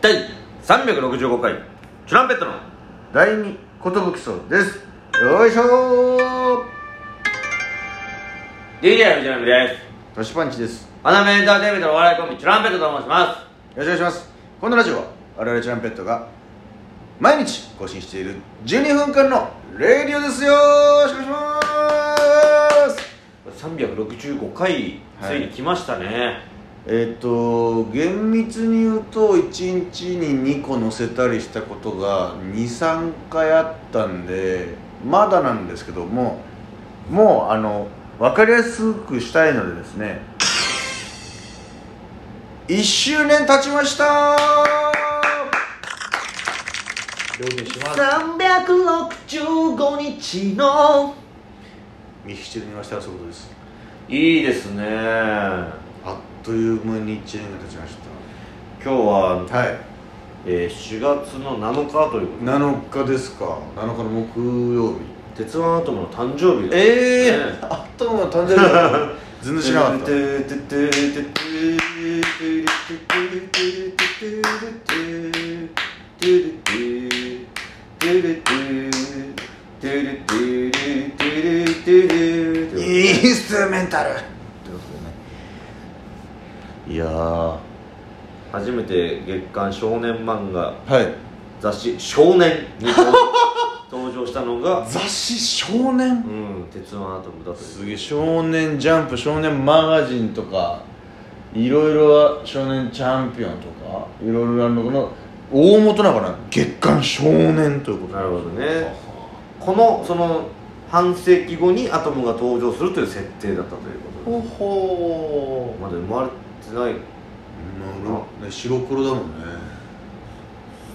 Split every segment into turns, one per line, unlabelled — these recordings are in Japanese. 第365回チュランペットの
第二ことぶきそうですよいしょー
DJ 藤波です
トシパンチです
花メエンターテインメントのお笑いコンビチュランペットと申します
よろしくお願いしますこのラジオは我々チランペットが毎日更新している12分間のレディオですよよろしくお願いします
365回
は
つ
い
いに来ましたね、
えっと厳密に言うと1日に2個載せたりしたことが23回あったんでまだなんですけどももうあの分かりやすくしたいのでですね1周年経ちました
両手します
365日の
ミヒチルに言わせたらそういうことです
いいですね
あっという間に1年が経ちまし
今日は、
たはい
えー、4月の7日ということで
7日ですか7日の木曜日
鉄腕アトムの誕生日え
ええ
ね
ー、あっとの誕生日だ 全然知らなかったインストゥルメンタルってことでねいやーは
初めて月刊少年漫画
い
雑誌「少年」に登登場したの が、
雑誌「少年
う」ん、鉄腕アトムだと
すげえ「少年ジャンプ」「少年マガジン」とかいろいろは「少年チャンピオン」とかいろいろあるのかな大元なのかな月刊「少年」ということ
なるほど
は
ねこのその半世紀後にアトムが登場するという設定だったということで
ほほ
まだ生まれてない
ね白黒だもんね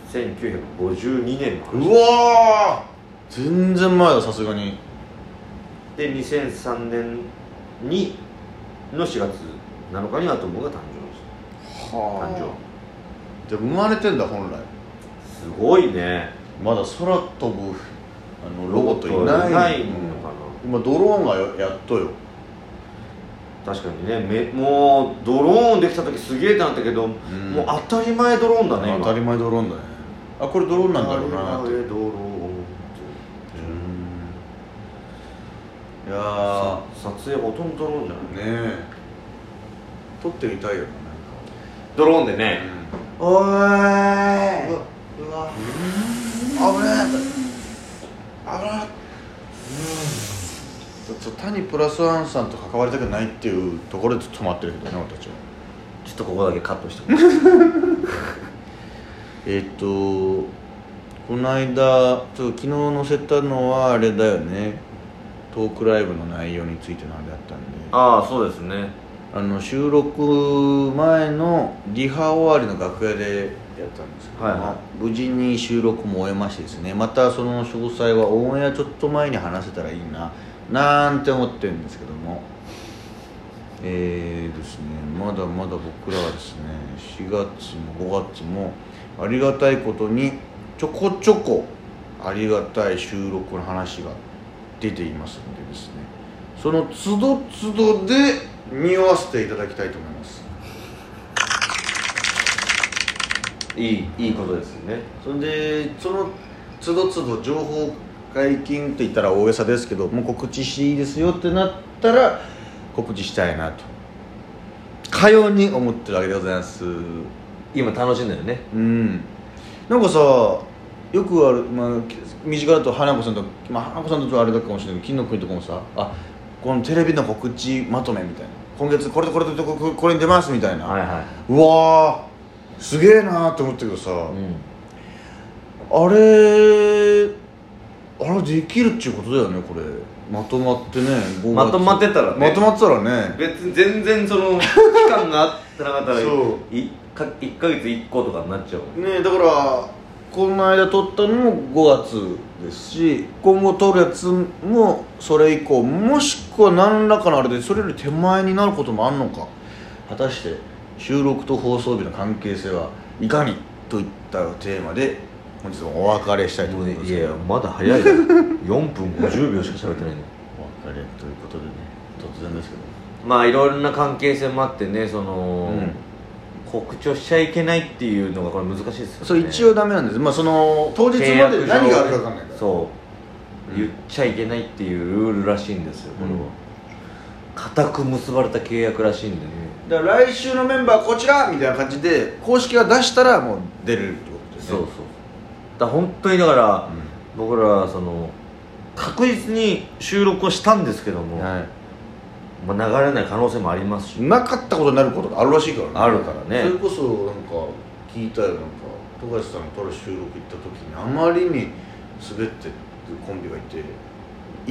1952年の話
うわー全然前ださすがに
で2003年にの4月7日にアトムが誕生した誕
は
生
あじゃあ生まれてんだ本来
すごいね
まだ空飛ぶあのロボットいない
ないのかな
今ドローンがよやっとよ
確かにねめもうドローンできた時すげえってなったけど、
ん
もう当たり前ドローンだね今
当たり前ドローンだねあこれドローンなんだろうなっ
当た
てう
り
ん
前ドローン
いやー
さ撮影ほとんどドローンじゃない
ねえ撮ってみたいよね
ドローンでね、おー
う
い
わうわ危ねえ危ねえちょっと単にプラスワンさんと関わりたくないっていうところで止まってるけどね俺たちは
ちょっとここだけカットしてもらって
えっとこの間ちょっと昨日載せたのはあれだよねトークライブの内容についてのあれだったんであ
ああそうですね
の収録前のリハ終わりの楽屋でやったんですけど、
はいは
無事に収録も終えましてですねまたその詳細はオンエアちょっと前に話せたらいいななんて思ってるんですけどもえーですねまだまだ僕らはですね4月も5月もありがたいことにちょこちょこありがたい収録の話が出ていますんでですねその都度都度で匂わせていただきたいと思います
いいいいことですよね
それでそのつどつど情報解禁って言ったら大げさですけどもう告知していいですよってなったら告知したいなとかように思ってるわけでございます
今楽しんだよね
うんなんかさよくある、まあ、身近だと花子さんと、まあ、花子さんとはあれだかもしれないけど金の国とかもさあこのテレビの告知まとめみたいな今月これとこれとこれこれに出ますみたいな、
はいは
うわーすげえなーって思ったけどさ、
い、うん、
あれあれできるっちゅうことだよねこれまとまってね5月
まとまってたらね
まとまってたらね
別に全然そ の期間があってなかったら
そ
いか1か月1個とかになっちゃうもん
ねだからこの間撮ったのも5月ですし今後撮るやつもそれ以降もしくは何らかのあれでそれより手前になることもあんのか果たして収録と放送日の関係性はいかにといったテーマで本日もお別れしたいと思います
いやいやまだ早いよ 4分50秒しか喋ってないの
お別れということでね突然ですけど
まあいろんな関係性もあってねその、
うん
告知をしちゃいけないっていうのがこれ難しいですよね
そう一応ダメなんです、まあ、その
当
当日まで何があるか分かんないから
そう、
うん
言っちゃいけないっていうルールらしいんですよこれは、
うん
固く結ばれた契約らしいんでね
だから来週のメンバーこちらみたいな感じで公式が出したらもう出れるってことです
そ
ね
うそうだから本当にだから、
う
僕らはその確実に収録をしたんですけども、
んはい
まあ、流れない可能性もありますし、
なかったことになることがあるらしいからね
あるからね
それこそなんか聞いたよなんか富樫さんとある収録行った時にあまりに滑ってるコンビがいて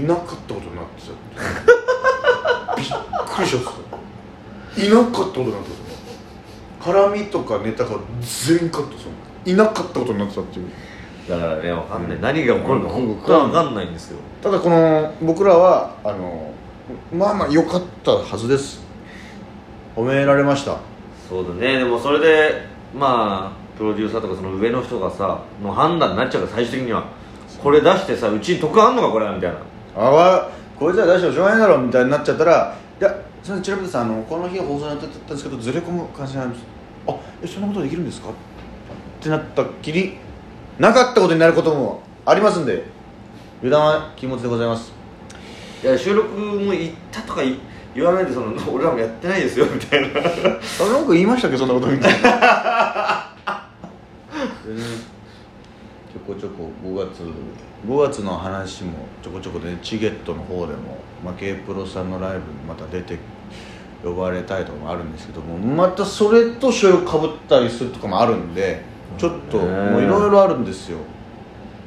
いなかったことになっ てたってびっくりしちゃってたいなかったことになってた絡みとかネタが全員カットするいなかったことになってたっていう
だからねわかんない、
うん
何が起こるか
うん
本当はわかんないんですけど、
ただこの僕らはあのまあまあ良かったはずです褒められました
そうだねでもそれでまあプロデューサーとかその上の人がさの判断になっちゃうから最終的にはこれ出してさうちに得あんのかこれはみたいな
あわこいつら出してもしょうがないだろみたいになっちゃったら「いやすみませんチラブさんあのこの日放送に当たったんですけどずれ込む感じなんですあえそんなことできるんですか?」ってなったっきりなかったことになることもありますんで油断は禁物でございます
いや収録も行ったとかい言わないでその 俺らもやってないですよみたいな
あなんか言いましたっけそんなことみたい な全然ちょこちょこ5月5月の話もちょこちょこでチゲットの方でも、まあ、K プロさんのライブにまた出て呼ばれたいとかもあるんですけどもまたそれと所有かぶったりするとかもあるんでちょっと
そうだね
もういろいろあるんですよ、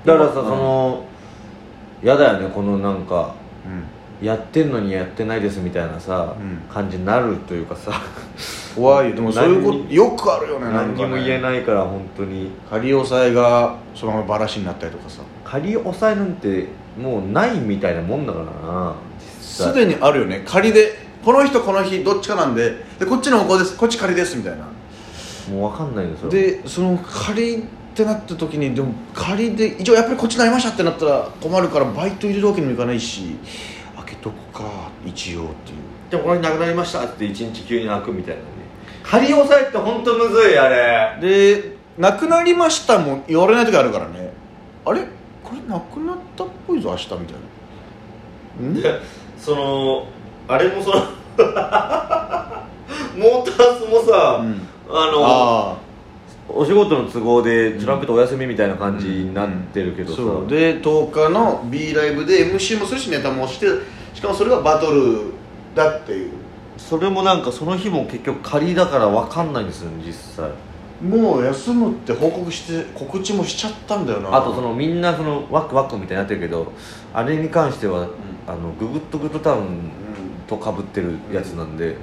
だからさ、
うん
その嫌だよねこのなんか
うん、
やってんのにやってないですみたいなさ、
うん
感じになるという かさ
怖いよでもそういうこ
何
とよくあるよね
何にも言え
い
ないから本当に
仮押さえがそのままバラシになったりとかさ
仮押さえなんてもうないみたいなもんだからな実際
すでにあるよね仮でこの人この日どっちかなんででこっちの方向ですこっち仮ですみたいな
もう分かんないですよ
でその仮ってなった時にでも仮で一応やっぱりこっちになりましたってなったら困るからバイト入れるわけにもいかないし開けとくか一応っていう
でもこれなくなりましたって一日急に泣くみたいなね 仮押さえって本当むずいあれ
で「なくなりました」も言われない時あるからねあれこれなくなったっぽいぞ明日みたいな
でそのあれもその モータースもさ、
ん、うん、
あの
ああ
お仕事の都合でトランペットお休みみたいな感じになってるけどさ、
そうで10日の B ライブで MC もするしネタもしてしかもそれがバトルだっていう
それもなんかその日も結局仮だから分かんないんですよね実際
もう休むって報告して告知もしちゃったんだよな
あとそのみんなそのワクワクみたいになってるけどあれに関しては、あのググッとグッドタウンとかぶってるやつなんで、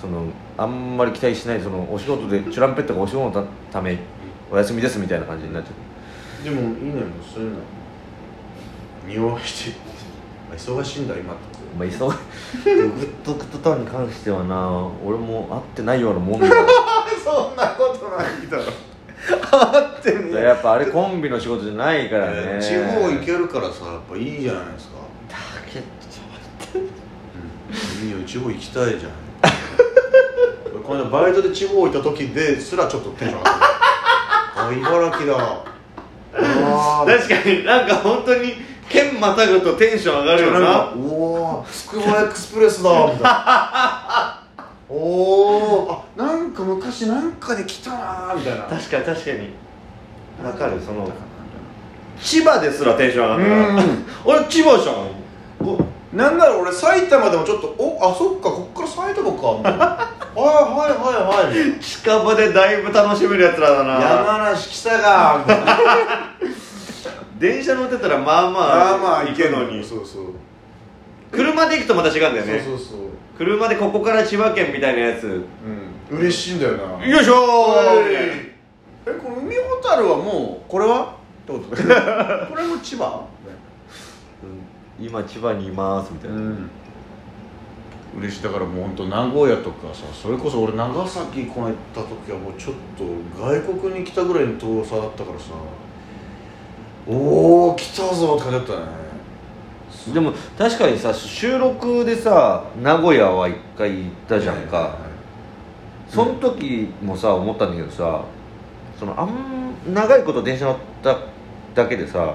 そのあんまり期待しないそのお仕事でチュランペットがお仕事のためお休みですみたいな感じになっちゃう
でもいいのよそういうの匂わしてあ忙しいんだ今って
まあ忙ググッとグッドタウンに関してはな俺も会ってないような もんだ
そんなことないだろ あってね
やっぱあれコンビの仕事じゃないからね
地方行けるからさやっぱいいじゃないですか
だけど
いいよ地方行きたいじゃん俺 この間バイトで地方行った時ですらちょっとテンション上がったあ茨城だあ
確かになんか本当に剣またぐとテンション上がるよ
なん
な
かおおつくばエクスプレスだみたいなおおあなんか昔なんかで来たなーみたいな
確かに確かにわかるその千葉ですらテンション上がったから
うん
俺千葉じゃ
おなんなら俺埼玉でもちょっとおあそっかこっから埼玉かみたいな はいはいはいはい
ん近場でだいぶ楽しめるやつらだな
山梨来たがみたいな
電車乗ってたらまあまあ
あーまあ
行
行
く
け
の
の
に
にそうそう
車で行くとまた違うんだよね
そうそうそう
車でここから千葉県みたいなやつよ
うん嬉しいんだよない
しょーみたいな
えこの海ほたるはもうこれはってことだ これも千葉
うん今千葉にいますみたいな、
嬉しいだからもう本当名古屋とかさそれこそ俺長崎この行った時はもうちょっと外国に来たぐらいの遠さだったからさおお来たぞって感じだったね
でも確かにさ収録でさ名古屋は一回行ったじゃんか、
はいはいはい
その時もさ思ったんだけどさそのあん長いこと電車乗っただけでさ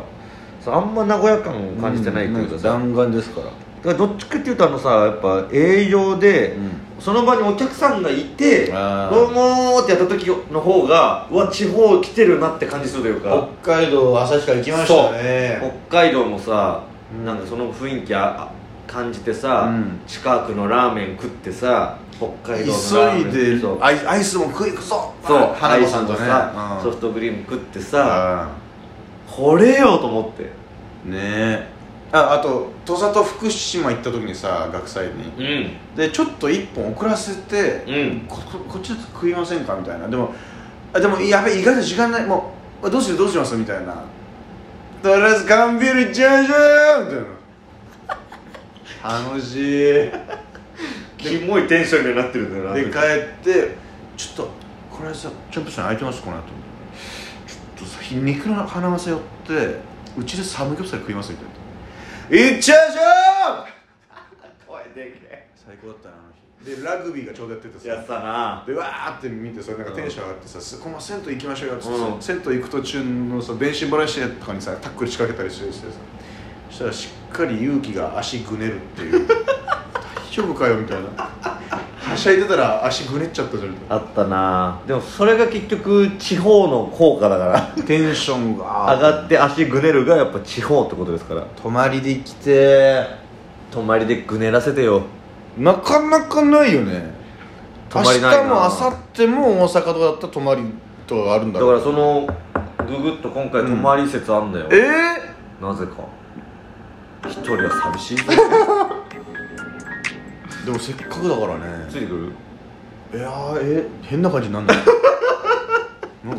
そのあんま和や感を感じてないというかさ、
弾丸ですから
だからどっちかっていうとあのさやっぱ営業で、
う
その場にお客さんがいて「ど
あー
うも」ってやった時の方がうわ地方来てるなって感じするというか
北海道旭川行きましたね
北海道もさ
うん
なんかその雰囲気あ感じてさ、
うん
近くのラーメン食ってさ北海道のラーメン
急いで
そう
アイアイスも食いくぞ
そう
花子さんと
アイス
ね
もさ
う
ソ
ん
フトクリーム食ってさこれよと思って
うんねえああと土佐と福島行った時にさ学祭に
うん
でちょっと1本遅らせて、
うん
こここっちちょっと食いませんかみたいなでもあでもやべえ意外と時間ないもうあどうするどうしますみたいなとりあえず缶ビールいっちゃいましょうみたいな楽しいで
キモいテンションになってるんだよな
帰ってちょっとこれさチャンプさん空いてますこの後ちょっとさ肉の花まさ寄ってうちでサムギョプサル食いますみたいな「いっちゃいましょう!
声でけ」
最高だったなあの日でラグビーがちょうどやってて
えやつだな
でわーって見てそれなんかテンション上がってさ「そこも銭湯行きましょうよ」っつって、
うん
銭湯行く途中のさ電信バラシとかにさタックル仕掛けたりしてしてさそしたらしっかり勇気が足ぐねるっていう 大丈夫かよみたいなはしゃいでたら足ぐねっちゃったじゃんみたい
あったなでもそれが結局地方の効果だから
なテンションが
上がって足ぐねるがやっぱ地方ってことですから
泊まりで来て
泊まりでぐねらせてよ
なかなかないよね
泊まりないな
日も明後日も大阪とかだったら泊まりとかあるん
だからそのググっと今回泊まり説あんだよ、
え
なぜか一人は寂しい
ー、でもせっかくだからね
ついてくる
いやーえ変な感じになんない